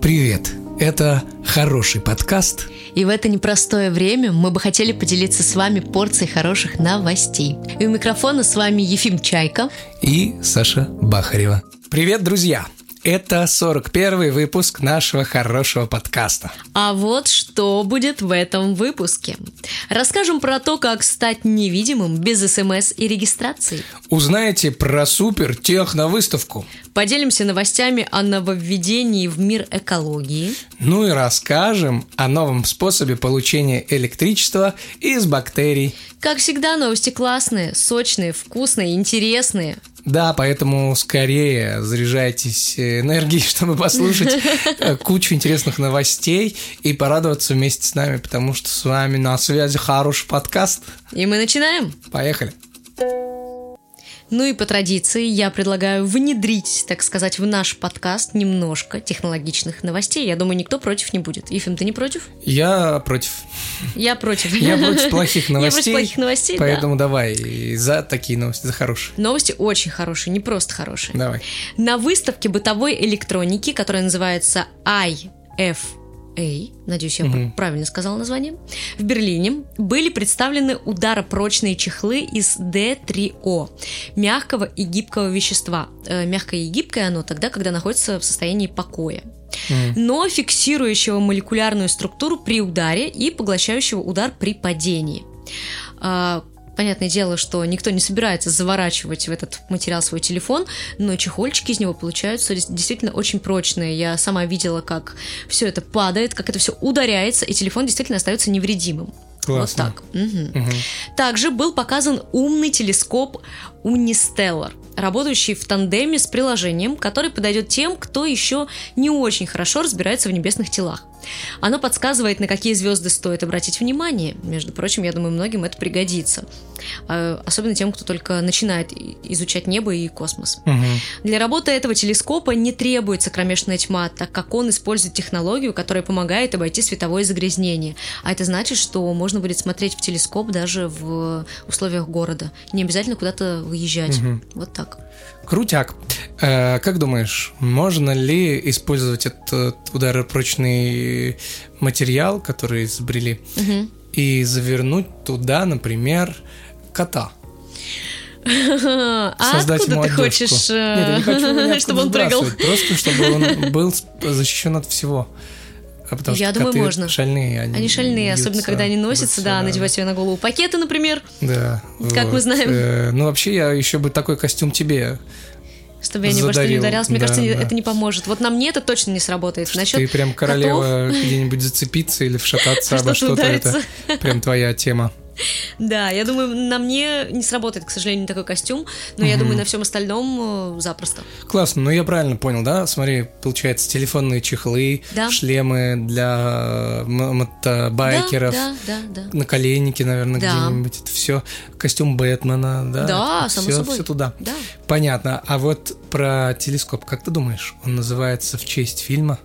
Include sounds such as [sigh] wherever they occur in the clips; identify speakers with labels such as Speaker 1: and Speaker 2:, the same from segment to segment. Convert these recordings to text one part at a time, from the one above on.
Speaker 1: Привет! Это хороший подкаст.
Speaker 2: И в это непростое время мы бы хотели поделиться с вами порцией хороших новостей. И у микрофона с вами Ефим Чайка.
Speaker 1: И Саша Бахарева. Привет, друзья! Это 41 выпуск нашего хорошего подкаста.
Speaker 2: А вот что будет в этом выпуске. Расскажем про то, как стать невидимым без СМС и регистрации.
Speaker 1: Узнаете про супер техновыставку.
Speaker 2: Поделимся новостями о нововведении в мир экологии.
Speaker 1: Ну и расскажем о новом способе получения электричества из бактерий.
Speaker 2: Как всегда, новости классные, сочные, вкусные, интересные.
Speaker 1: Да, поэтому скорее заряжайтесь энергией, [laughs] чтобы послушать э, кучу интересных новостей и порадоваться вместе с нами, потому что с вами на связи хороший подкаст.
Speaker 2: И мы начинаем.
Speaker 1: Поехали.
Speaker 2: Ну и по традиции я предлагаю внедрить, так сказать, в наш подкаст немножко технологичных новостей. Я думаю, никто против не будет. Ефим, ты не против?
Speaker 1: Я против.
Speaker 2: Я против.
Speaker 1: Я против плохих
Speaker 2: [laughs] Я
Speaker 1: новостей.
Speaker 2: против плохих новостей, да.
Speaker 1: Поэтому давай и за такие новости, за хорошие.
Speaker 2: Новости очень хорошие, не просто хорошие.
Speaker 1: Давай.
Speaker 2: На выставке бытовой электроники, которая называется IFA, надеюсь, я
Speaker 1: Мгм.
Speaker 2: правильно сказала название, в Берлине были представлены ударопрочные чехлы из D3O, мягкого и гибкого вещества. Э, Мягкое и гибкое оно тогда, когда находится в состоянии покоя
Speaker 1: М.
Speaker 2: но фиксирующего молекулярную структуру при ударе и поглощающего удар при падении. А, Понятное дело, что никто не собирается заворачивать в этот материал свой телефон, но чехольчики из него получаются дес- действительно очень прочные. Я сама видела, как все это падает, как это все ударяется, и телефон действительно остается невредимым.
Speaker 1: Классно.
Speaker 2: Вот так. Мгм.
Speaker 1: Мгм.
Speaker 2: Также был показан умный телескоп Unistellar, работающий в тандеме с приложением, который подойдет тем, кто еще не очень хорошо разбирается в небесных телах. Оно подсказывает, на какие звезды стоит обратить внимание. Между прочим, я думаю, многим это пригодится. Э, Особенно тем, кто только начинает и- изучать небо и космос.
Speaker 1: Мгм.
Speaker 2: Для работы этого телескопа не требуется кромешная тьма, так как он использует технологию, которая помогает обойти световое загрязнение. А это значит, что можно будет смотреть в телескоп даже в условиях города. Не обязательно куда-то выезжать.
Speaker 1: Мгм.
Speaker 2: Вот так.
Speaker 1: Крутяк. Э, как думаешь, можно ли использовать этот ударопрочный материал, который изобрели,
Speaker 2: Мгм. [laughs]
Speaker 1: и завернуть туда, например, кота?
Speaker 2: А
Speaker 1: Создать
Speaker 2: откуда
Speaker 1: ему
Speaker 2: ты
Speaker 1: одежку.
Speaker 2: хочешь, э,
Speaker 1: Нет, я не хочу
Speaker 2: [laughs]
Speaker 1: его ниоткуда
Speaker 2: чтобы он прыгал?
Speaker 1: сбрасывать, Просто чтобы он был сп- защищен от всего. А Потому
Speaker 2: Я
Speaker 1: что
Speaker 2: думаю,
Speaker 1: коты
Speaker 2: можно.
Speaker 1: шальные. Они,
Speaker 2: Они шальные,
Speaker 1: бьются,
Speaker 2: особенно когда они носятся,
Speaker 1: бьются,
Speaker 2: да, надевать себе на голову пакеты, например,
Speaker 1: Да.
Speaker 2: Как мы
Speaker 1: вот.
Speaker 2: знаем.
Speaker 1: Э, ну, вообще, я еще бы такой костюм тебе.
Speaker 2: чтобы я ни во что не
Speaker 1: Задарил,
Speaker 2: ударялась. Мне
Speaker 1: да,
Speaker 2: кажется, не-
Speaker 1: да.
Speaker 2: это не поможет. Вот на мне это точно не сработает.
Speaker 1: что
Speaker 2: Насчет
Speaker 1: Ты прям королева [laughs] где-нибудь зацепиться или вшататься обо
Speaker 2: [laughs] что-то
Speaker 1: что-то. Это
Speaker 2: ударится.
Speaker 1: прям твоя тема.
Speaker 2: Да, я думаю, на мне не сработает, к сожалению, такой костюм, но я
Speaker 1: Мгм.
Speaker 2: думаю, на всем остальном э, запросто.
Speaker 1: Классно, ну я правильно понял, да? Смотри, получается, телефонные чехлы,
Speaker 2: Да.
Speaker 1: шлемы для м- мотобайкеров,
Speaker 2: Да, да, да. да.
Speaker 1: наколенники, наверное,
Speaker 2: Да.
Speaker 1: где-нибудь. Это все костюм Бэтмена, да?
Speaker 2: Да,
Speaker 1: это
Speaker 2: само
Speaker 1: всё-
Speaker 2: собой.
Speaker 1: всё туда.
Speaker 2: Да.
Speaker 1: Понятно. А вот про телескоп, как ты думаешь, он называется в честь фильма?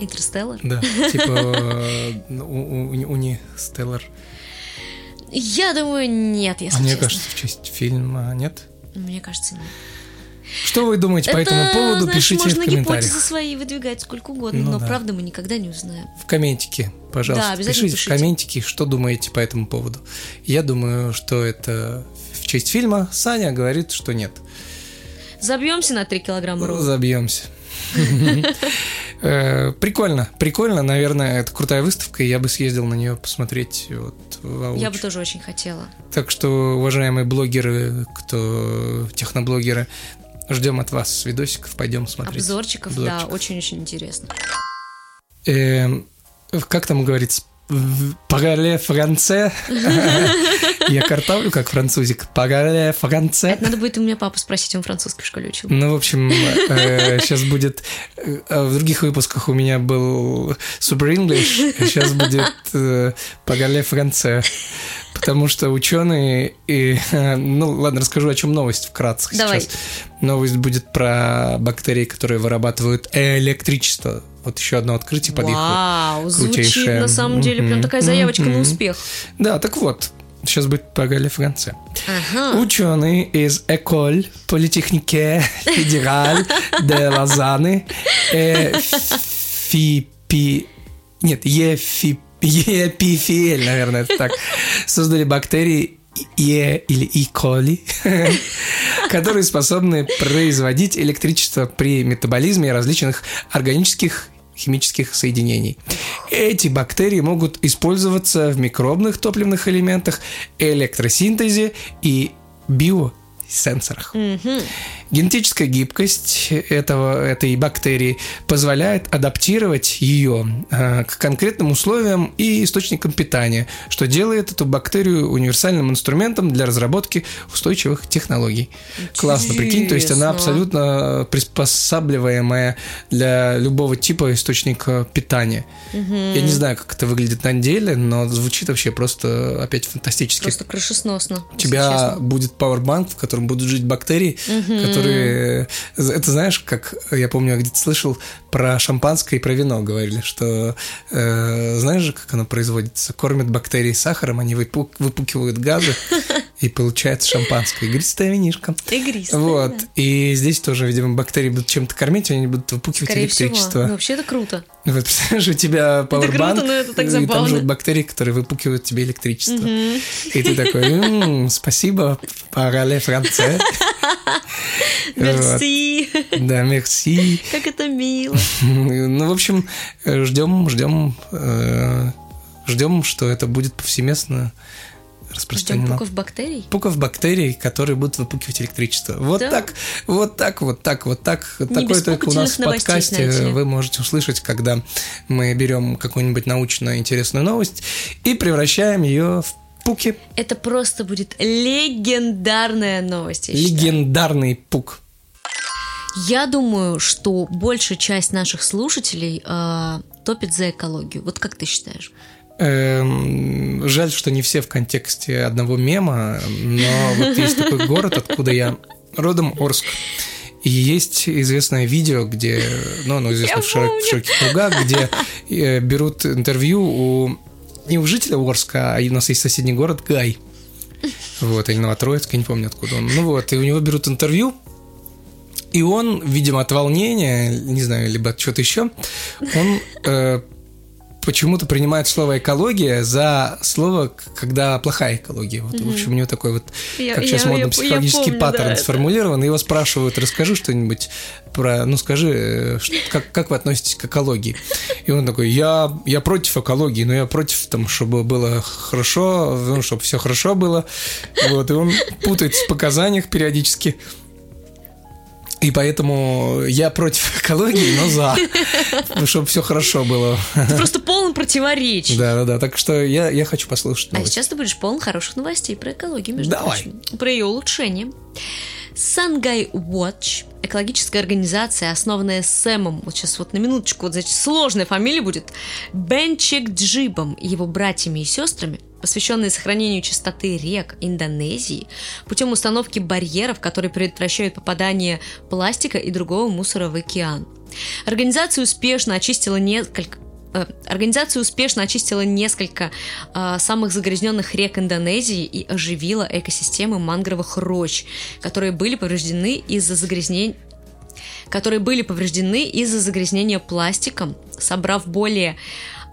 Speaker 2: Интерстеллар.
Speaker 1: Да,
Speaker 2: [laughs]
Speaker 1: типа э, у- у- Уни Стеллар.
Speaker 2: Я думаю, нет,
Speaker 1: А
Speaker 2: если
Speaker 1: мне
Speaker 2: честно.
Speaker 1: кажется, в честь фильма нет.
Speaker 2: Мне кажется, нет.
Speaker 1: Что вы думаете по этому
Speaker 2: Это,
Speaker 1: поводу?
Speaker 2: знаешь,
Speaker 1: Пишите в
Speaker 2: можно
Speaker 1: комментариях.
Speaker 2: гипотезы свои выдвигать сколько угодно,
Speaker 1: Ну
Speaker 2: но
Speaker 1: да.
Speaker 2: правда мы никогда не узнаем.
Speaker 1: в комментике, пожалуйста.
Speaker 2: Да, обязательно
Speaker 1: пишите,
Speaker 2: пишите.
Speaker 1: в комментике, что думаете по этому поводу. Я думаю, что это в честь фильма. Саня говорит, что нет.
Speaker 2: Забьемся на 3 килограмма ровно.
Speaker 1: Забьемся. Э, Прикольно, прикольно, наверное, это крутая выставка, и я бы съездил на нее посмотреть вот
Speaker 2: Я бы
Speaker 1: воочию.
Speaker 2: тоже очень хотела.
Speaker 1: Так что, уважаемые блогеры, кто техноблогеры, ждем от вас видосиков, пойдем смотреть.
Speaker 2: Обзорчиков, да,
Speaker 1: Обзорчиков.
Speaker 2: очень-очень интересно.
Speaker 1: Эм, как там говорится? В- Парале франце. [laughs] Я картавлю как французик. Парале франце.
Speaker 2: Это надо будет у меня папу спросить, он французский в школе учил.
Speaker 1: Ну, в общем, сейчас будет... э, а В других выпусках у меня был Super English, сейчас будет э, Парале франце. Потому что ученые... И, э, ну, ладно, расскажу, о чем новость вкратце
Speaker 2: Давай.
Speaker 1: сейчас. Новость будет про бактерии, которые вырабатывают электричество. Вот еще одно открытие подъехало.
Speaker 2: Вау, звучит
Speaker 1: крутейшая.
Speaker 2: на самом деле
Speaker 1: Мгм.
Speaker 2: прям такая заявочка на
Speaker 1: Мгм.
Speaker 2: успех.
Speaker 1: Да, так вот, сейчас будет Пагали Франция.
Speaker 2: Ага.
Speaker 1: Ученые из Эколь Политехнике Федераль де Лозаны э, Ефипи... Нет, Ефип... Епифиэль, наверное, это так. Создали бактерии Е или И. коли, которые способны производить электричество при метаболизме различных органических химических соединений. Эти бактерии могут использоваться в микробных топливных элементах, электросинтезе и биосенсорах.
Speaker 2: Мгм.
Speaker 1: Генетическая гибкость этого, этой бактерии позволяет адаптировать ее э, к конкретным условиям и источникам питания, что делает эту бактерию универсальным инструментом для разработки устойчивых технологий. Классно, прикинь, то есть она
Speaker 2: Интересно.
Speaker 1: абсолютно приспосабливаемая для любого типа источника питания. Я не знаю, как это выглядит на деле, но звучит вообще просто опять фантастически.
Speaker 2: Просто крышесносно.
Speaker 1: У
Speaker 2: если
Speaker 1: тебя
Speaker 2: честно.
Speaker 1: будет пауэрбанк, в котором будут жить бактерии, которые... Это знаешь, как я помню, я где-то слышал про шампанское и про вино говорили, что э, знаешь же, как оно производится? Кормят бактерии сахаром, они выпу- выпукивают
Speaker 2: [laughs]
Speaker 1: газы, и получается шампанское. Игристое винишко.
Speaker 2: Игристая,
Speaker 1: Вот.
Speaker 2: да.
Speaker 1: И здесь тоже, видимо, бактерии будут чем-то кормить, и они будут выпукивать
Speaker 2: Скорее всего.
Speaker 1: электричество.
Speaker 2: Ну, вообще это круто.
Speaker 1: Вот, [laughs] представляешь, у тебя
Speaker 2: круто,
Speaker 1: пауэрбанк,
Speaker 2: но это так
Speaker 1: и там
Speaker 2: забавно.
Speaker 1: живут бактерии, которые выпукивают тебе электричество. И ты такой, «М, спасибо, паралле
Speaker 2: [laughs]
Speaker 1: франце. Вот.
Speaker 2: Мерси. [laughs]
Speaker 1: Да, мерси.
Speaker 2: Как это мило.
Speaker 1: Ну, в общем, э, ждем, ждем, э, ждем, что это будет повсеместно
Speaker 2: Ждем
Speaker 1: распространено.
Speaker 2: пуков бактерий.
Speaker 1: Пуков бактерий, которые будут выпукивать электричество. Вот
Speaker 2: Да.
Speaker 1: так, вот так, вот так, вот так. Такое
Speaker 2: без
Speaker 1: только у нас в
Speaker 2: пукательных новостей,
Speaker 1: подкасте
Speaker 2: знаете ли.
Speaker 1: вы можете услышать, когда мы берем какую-нибудь научно интересную новость и превращаем ее в пуки.
Speaker 2: Это просто будет легендарная новость. я считаю.
Speaker 1: Легендарный пук.
Speaker 2: Я думаю, что большая часть наших слушателей э, топит за экологию. Вот как ты считаешь?
Speaker 1: Эм, жаль, что не все в контексте одного мема, но вот есть такой город, откуда я родом, Орск. И есть известное видео, где, ну, оно известно
Speaker 2: Я
Speaker 1: в, широк- в
Speaker 2: помню.
Speaker 1: широких кругах, где э, берут интервью у не у жителя Орска, а у нас есть соседний город Гай. Вот, или Новотроицк, я не помню, откуда он. Ну вот, и у него берут интервью, и он, видимо, от волнения, не знаю, либо от чего-то еще, он э, почему-то принимает слово экология за слово, к- когда плохая экология. Вот, В общем, у него такой вот,
Speaker 2: Я-
Speaker 1: как сейчас
Speaker 2: я-
Speaker 1: модно,
Speaker 2: я- я
Speaker 1: психологический
Speaker 2: помню, да,
Speaker 1: паттерн
Speaker 2: это.
Speaker 1: сформулирован. Его спрашивают, расскажи что-нибудь про, ну скажи, э, ш- как, как вы относитесь к экологии? И он такой, я, я против экологии, но я против, там, чтобы было хорошо, ну, чтобы все хорошо было. Вот, и он путается в показаниях периодически. И поэтому я против [laughs] экологии, но за. Чтобы все хорошо было. [laughs]
Speaker 2: Ты просто полон противоречий.
Speaker 1: Да, да, да. Так что я, я хочу послушать.
Speaker 2: А
Speaker 1: новость.
Speaker 2: сейчас ты будешь полон хороших новостей про экологию, между
Speaker 1: Давай.
Speaker 2: прочим. Про ее улучшение. Sangay Watch, экологическая организация, основанная Сэмом, вот сейчас вот на минуточку, вот значит, сложная фамилия будет, Бенчик Джибом и его братьями и сестрами, посвященные сохранению чистоты рек Индонезии путем установки барьеров, которые предотвращают попадание пластика и другого мусора в океан. Организация успешно очистила несколько э, Организация успешно очистила несколько э, самых загрязненных рек Индонезии и оживила экосистемы мангровых рощ, которые были повреждены из-за загрязнений которые были повреждены из-за загрязнения пластиком, собрав более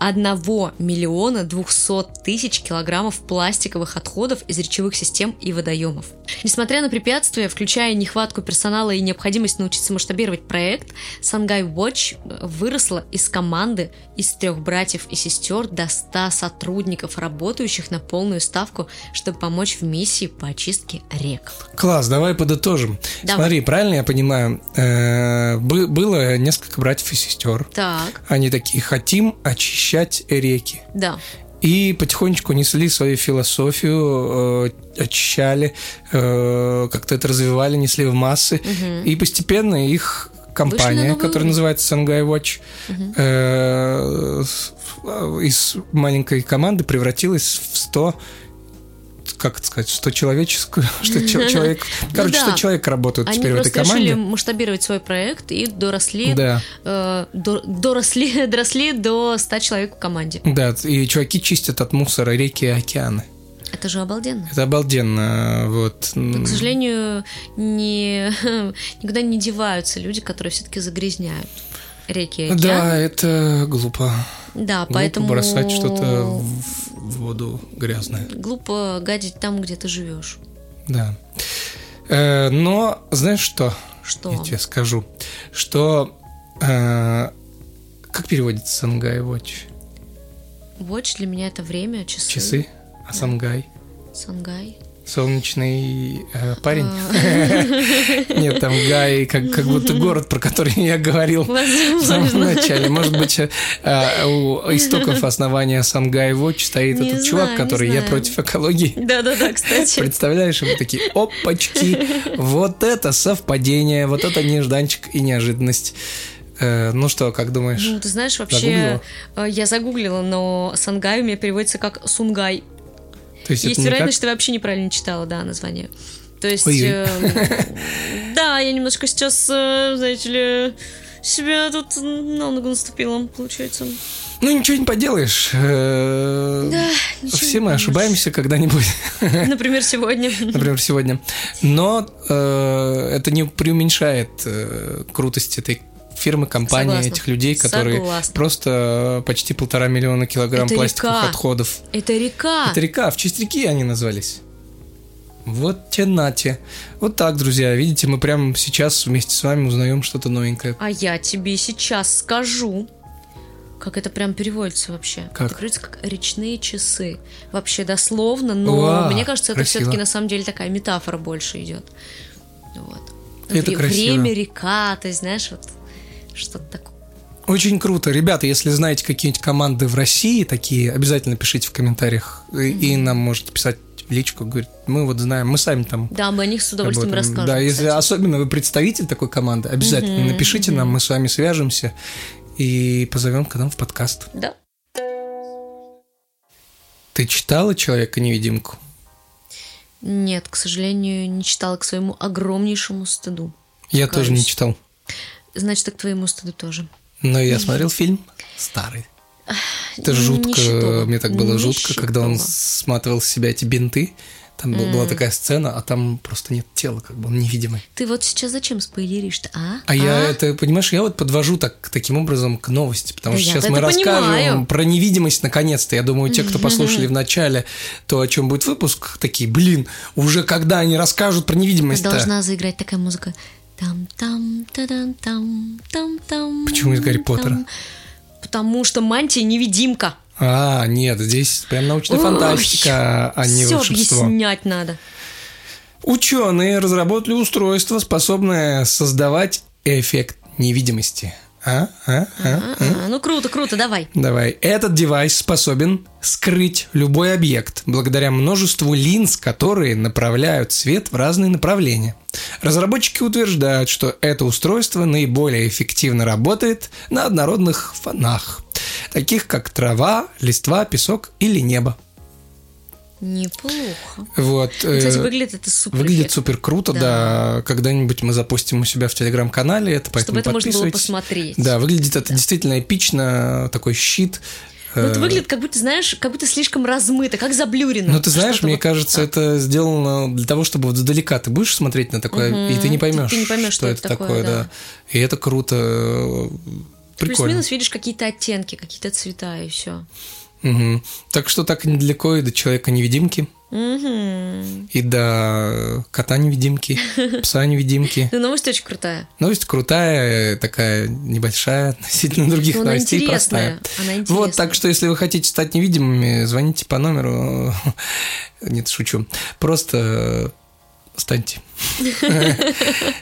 Speaker 2: 1 миллиона 200 тысяч килограммов пластиковых отходов из речевых систем и водоемов. Несмотря на препятствия, включая нехватку персонала и необходимость научиться масштабировать проект, Сангай Watch выросла из команды из трех братьев и сестер до 100 сотрудников, работающих на полную ставку, чтобы помочь в миссии по очистке рек.
Speaker 1: Класс, давай подытожим.
Speaker 2: Давай.
Speaker 1: Смотри, правильно я понимаю, э, бы- было несколько братьев и сестер.
Speaker 2: Так,
Speaker 1: Они такие, хотим очищать реки.
Speaker 2: да.
Speaker 1: И потихонечку несли свою философию, э, очищали, э, как-то это развивали, несли в массы. И постепенно их
Speaker 2: Вышли на
Speaker 1: компания,
Speaker 2: новый
Speaker 1: которая
Speaker 2: уровень.
Speaker 1: называется Sangay Watch, э, с- э, из маленькой команды превратилась в 100 как это сказать, 100 человеческую, [laughs] что чел-
Speaker 2: [laughs]
Speaker 1: человек, короче,
Speaker 2: Ну да.
Speaker 1: 100 человек работают
Speaker 2: Они
Speaker 1: теперь в этой
Speaker 2: просто решили
Speaker 1: команде.
Speaker 2: масштабировать свой проект и доросли,
Speaker 1: Да.
Speaker 2: э, до- доросли, [laughs] доросли до 100 человек в команде.
Speaker 1: Да, и чуваки чистят от мусора реки и океаны.
Speaker 2: Это же обалденно.
Speaker 1: Это обалденно, вот.
Speaker 2: К [laughs] сожалению, не, никуда не деваются люди, которые все-таки загрязняют. реки
Speaker 1: Да,
Speaker 2: и океан.
Speaker 1: это глупо.
Speaker 2: Да,
Speaker 1: Глупо
Speaker 2: поэтому...
Speaker 1: бросать что-то в, в воду грязное.
Speaker 2: Глупо гадить там, где ты живешь.
Speaker 1: Да. Э, но знаешь что?
Speaker 2: Что?
Speaker 1: Я тебе скажу, что э, как переводится Сангай Watch?
Speaker 2: Watch для меня это время, часы.
Speaker 1: Часы? А Сангай?
Speaker 2: Сангай. [laughs]
Speaker 1: Солнечный э, парень?
Speaker 2: А.
Speaker 1: [laughs] Нет, там Гай, как, как
Speaker 2: [laughs]
Speaker 1: будто город, про который я говорил в самом
Speaker 2: Возможно.
Speaker 1: начале. Может быть, э, э, у истоков основания Сангай Watch стоит
Speaker 2: Не
Speaker 1: этот
Speaker 2: знаю,
Speaker 1: чувак,
Speaker 2: не
Speaker 1: который я
Speaker 2: знаю.
Speaker 1: против экологии.
Speaker 2: Да-да-да, кстати.
Speaker 1: Представляешь, и мы такие, опачки, вот это совпадение, вот это нежданчик и неожиданность. Э, ну что, как думаешь?
Speaker 2: Ну, ты знаешь, вообще, э, я загуглила, но Сангай у меня переводится как Сунгай.
Speaker 1: То есть,
Speaker 2: Есть
Speaker 1: это не как-
Speaker 2: вероятность, что я вообще неправильно читала, да, название. То есть,
Speaker 1: Ой-ой.
Speaker 2: эм, [laughs] да, я немножко сейчас, э, знаете ли, себя тут на ногу наступила,
Speaker 1: [laughs]
Speaker 2: получается.
Speaker 1: Ну ничего не поделаешь. Э,
Speaker 2: Да, ничего
Speaker 1: Все
Speaker 2: не
Speaker 1: мы
Speaker 2: поможешь.
Speaker 1: ошибаемся когда-нибудь, [laughs]
Speaker 2: Например, сегодня.
Speaker 1: например, сегодня. Но э, это не преуменьшает э, крутость этой фирмы, компании,
Speaker 2: Согласна.
Speaker 1: этих людей, которые
Speaker 2: Согласна.
Speaker 1: просто э, почти полтора миллиона килограмм
Speaker 2: Это
Speaker 1: пластиковых
Speaker 2: река. А.
Speaker 1: отходов.
Speaker 2: Это река.
Speaker 1: Это река, в честь реки они назвались. Вот те нате. Вот так, друзья. Видите, мы прямо сейчас вместе с вами узнаем что-то новенькое.
Speaker 2: А я тебе сейчас скажу, как это прям переводится вообще.
Speaker 1: Как?
Speaker 2: Это говорится как речные часы. Вообще дословно, но
Speaker 1: Уа,
Speaker 2: мне кажется, это
Speaker 1: красиво.
Speaker 2: все-таки на самом деле такая метафора больше идет. Вот.
Speaker 1: Это
Speaker 2: Вре-
Speaker 1: красиво.
Speaker 2: Время, река, ты знаешь, вот что-то такое.
Speaker 1: Очень круто. Ребята, если знаете какие-нибудь команды в России такие, обязательно пишите в комментариях. И, и нам можете писать в личку. Говорит, мы вот знаем, мы сами там
Speaker 2: Да, мы о них с удовольствием
Speaker 1: Об этом.
Speaker 2: расскажем.
Speaker 1: Да, если
Speaker 2: кстати.
Speaker 1: особенно вы представитель такой команды, обязательно
Speaker 2: Мгм,
Speaker 1: напишите нам, мы с вами свяжемся и позовем к нам в подкаст.
Speaker 2: Да.
Speaker 1: Ты читала человека-невидимку?
Speaker 2: Нет, к сожалению, не читала к своему огромнейшему стыду.
Speaker 1: Я тоже не
Speaker 2: Каюсь.
Speaker 1: читал.
Speaker 2: Значит, и к твоему стыду тоже.
Speaker 1: Но я смотрел фильм старый. Это жутко.
Speaker 2: Нищетово.
Speaker 1: Мне так было жутко, когда он
Speaker 2: Нищетово.
Speaker 1: сматывал с себя эти бинты. Там был- была такая сцена, а там просто нет тела, как бы он невидимый.
Speaker 2: Ты вот сейчас зачем спойлеришь-то, а?
Speaker 1: А я это, понимаешь, я вот подвожу так, таким образом к новости, потому
Speaker 2: Да
Speaker 1: что
Speaker 2: я
Speaker 1: сейчас
Speaker 2: это
Speaker 1: мы расскажем
Speaker 2: понимаю.
Speaker 1: про невидимость наконец-то. Я думаю, те, кто послушали в начале то, о чем будет выпуск, такие, блин, уже когда они расскажут про невидимость
Speaker 2: Должна заиграть такая музыка. Там, там, там, там, там, там.
Speaker 1: Почему из «Гарри Поттера»?
Speaker 2: Потому что мантия невидимка.
Speaker 1: А, нет, здесь прям научная
Speaker 2: Ой,
Speaker 1: фантастика, а не
Speaker 2: Все
Speaker 1: волшебство.
Speaker 2: объяснять надо.
Speaker 1: Ученые разработали устройство, способное создавать эффект невидимости. А? А? А?
Speaker 2: А, а, ну круто, круто, давай.
Speaker 1: Давай. Этот девайс способен скрыть любой объект благодаря множеству линз, которые направляют свет в разные направления. Разработчики утверждают, что это устройство наиболее эффективно работает на однородных фонах, таких как трава, листва, песок или небо.
Speaker 2: Неплохо.
Speaker 1: Вот. э,
Speaker 2: Кстати, выглядит это супер.
Speaker 1: Выглядит супер круто, да.
Speaker 2: Да.
Speaker 1: Когда-нибудь мы запустим у себя в телеграм-канале, это поэтому
Speaker 2: Чтобы это можно было
Speaker 1: подписывайтесь.
Speaker 2: посмотреть.
Speaker 1: Да, выглядит это действительно эпично, такой щит.
Speaker 2: Ну, это
Speaker 1: Э,
Speaker 2: выглядит, как будто, знаешь, как будто слишком размыто, как заблюрено.
Speaker 1: Ну, ты знаешь,
Speaker 2: Что-то
Speaker 1: мне
Speaker 2: вот А.
Speaker 1: кажется, это сделано для того, чтобы вот издалека ты будешь смотреть на такое,
Speaker 2: Мгм.
Speaker 1: и ты не поймешь,
Speaker 2: Ты не поймёшь,
Speaker 1: что, это такое, да. И это круто. э, Прикольно.
Speaker 2: Плюс-минус видишь какие-то оттенки, какие-то цвета и все.
Speaker 1: Мгм. Так что так недалеко и до человека-невидимки,
Speaker 2: Угу.
Speaker 1: и до кота-невидимки,
Speaker 2: [laughs]
Speaker 1: пса-невидимки.
Speaker 2: Ну, новость очень крутая.
Speaker 1: Новость крутая, э, такая небольшая относительно других
Speaker 2: Ну, она
Speaker 1: новостей,
Speaker 2: интересная.
Speaker 1: простая.
Speaker 2: Она интересная.
Speaker 1: Вот, так что, если вы хотите стать невидимыми, звоните по номеру. [laughs] Нет, шучу. Просто э, станьте. [laughs]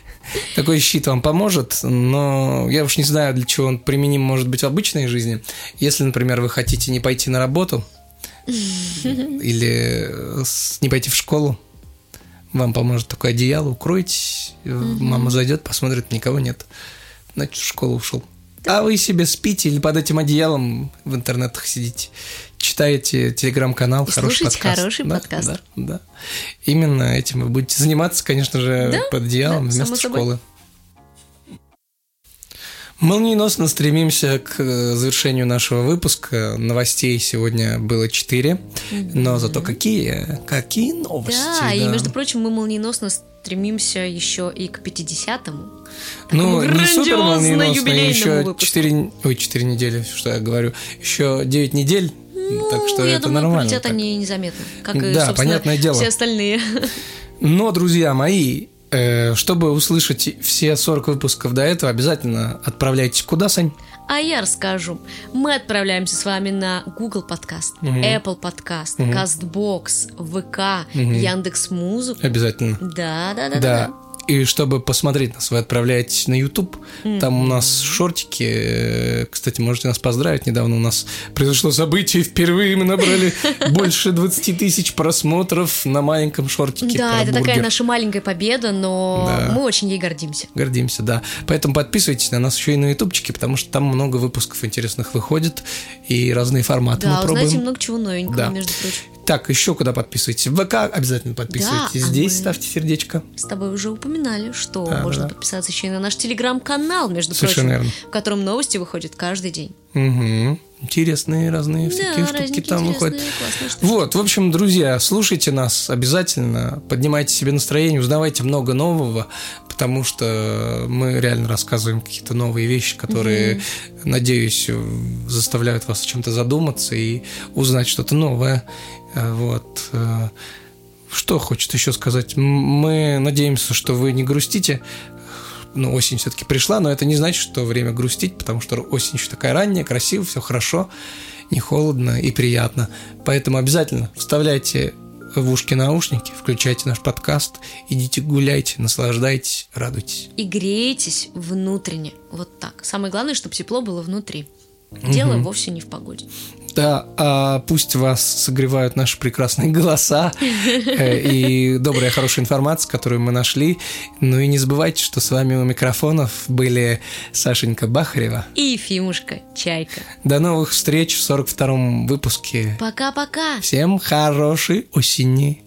Speaker 1: Такой щит вам поможет, но я уж не знаю, для чего он применим, может быть, в обычной жизни. Если, например, вы хотите не пойти на работу или э, с- не пойти в школу, вам поможет такое одеяло, укройтесь, э, мама зайдет, посмотрит, никого нет. Значит, в школу ушел. А вы себе спите или под этим одеялом в интернетах сидите, читаете телеграм-канал,
Speaker 2: И
Speaker 1: хороший
Speaker 2: слушаете
Speaker 1: подкаст.
Speaker 2: хороший
Speaker 1: Да,
Speaker 2: подкаст.
Speaker 1: Да, да. Именно этим вы будете заниматься, конечно же, под одеялом
Speaker 2: да,
Speaker 1: вместо
Speaker 2: само собой.
Speaker 1: школы. Молниеносно стремимся к э, завершению нашего выпуска. Новостей сегодня было четыре, но зато какие, какие новости.
Speaker 2: Да, и между прочим, мы молниеносно стремимся еще и к 50-му.
Speaker 1: Ну,
Speaker 2: такому
Speaker 1: не супер
Speaker 2: грандиозно
Speaker 1: молниеносно,
Speaker 2: юбилейному
Speaker 1: еще
Speaker 2: выпуску.
Speaker 1: 4, ой, 4 недели, что я говорю, еще 9 недель, так что
Speaker 2: Ну, я
Speaker 1: это
Speaker 2: думаю,
Speaker 1: нормально.
Speaker 2: пролетят
Speaker 1: так.
Speaker 2: они незаметно, как и,
Speaker 1: Да,
Speaker 2: собственно,
Speaker 1: понятное дело.
Speaker 2: все остальные. [laughs]
Speaker 1: Но, друзья мои, э, чтобы услышать все 40 выпусков до этого, обязательно отправляйтесь куда, Сань?
Speaker 2: А я расскажу. Мы отправляемся с вами на Google подкаст,
Speaker 1: Мгм.
Speaker 2: Apple подкаст,
Speaker 1: Мгм.
Speaker 2: Castbox, ВК,
Speaker 1: Мгм.
Speaker 2: Яндекс Музыку.
Speaker 1: Обязательно.
Speaker 2: Да, да, да,
Speaker 1: Да. И чтобы посмотреть нас, вы отправляетесь на YouTube. Там у нас шортики. Э, Кстати, можете нас поздравить. Недавно у нас произошло событие. Впервые мы
Speaker 2: [laughs]
Speaker 1: набрали больше 20 тысяч просмотров на маленьком шортике.
Speaker 2: Да,
Speaker 1: про
Speaker 2: это такая
Speaker 1: бургер.
Speaker 2: наша маленькая победа, но
Speaker 1: Да.
Speaker 2: мы очень ей гордимся.
Speaker 1: Гордимся, да. Поэтому подписывайтесь на нас еще и на ютубчике, потому что там много выпусков интересных выходит и разные форматы
Speaker 2: да,
Speaker 1: мы
Speaker 2: узнаете
Speaker 1: пробуем.
Speaker 2: много чего новенького,
Speaker 1: Да.
Speaker 2: между прочим.
Speaker 1: Так, еще куда подписывайтесь? В ВК обязательно подписывайтесь.
Speaker 2: а
Speaker 1: Здесь
Speaker 2: мы-
Speaker 1: ставьте сердечко.
Speaker 2: С тобой уже упоминали, что
Speaker 1: Да, да,
Speaker 2: можно
Speaker 1: да.
Speaker 2: подписаться еще и на наш телеграм-канал, между
Speaker 1: Совершенно
Speaker 2: прочим,
Speaker 1: верно.
Speaker 2: в котором новости выходят каждый день.
Speaker 1: Угу. Интересные разные всякие
Speaker 2: да,
Speaker 1: штуки
Speaker 2: разненькие,
Speaker 1: там выходят.
Speaker 2: интересные, классные штуки.
Speaker 1: Вот, в общем, друзья, слушайте нас обязательно, поднимайте себе настроение, узнавайте много нового, потому что мы реально рассказываем какие-то новые вещи, которые, надеюсь, в- заставляют вас о чем-то задуматься и узнать что-то новое. Э, Вот. э, Что хочет еще сказать? М- Мы надеемся, что вы не грустите. Ну, осень все-таки пришла, но это не значит, что время грустить, потому что осень еще такая ранняя, красиво, все хорошо не холодно и приятно. Поэтому обязательно вставляйте в ушки наушники, включайте наш подкаст, идите гуляйте, наслаждайтесь, радуйтесь.
Speaker 2: И грейтесь внутренне, вот так. Самое главное, чтобы тепло было внутри. Дело вовсе не в погоде.
Speaker 1: Да, а пусть вас согревают наши прекрасные голоса э, и добрая, хорошая информация, которую мы нашли. Ну и не забывайте, что с вами у микрофонов были Сашенька Бахарева.
Speaker 2: И Ефимушка, Чайка.
Speaker 1: До новых встреч в 42-м выпуске.
Speaker 2: Пока-пока!
Speaker 1: Всем хорошей осени!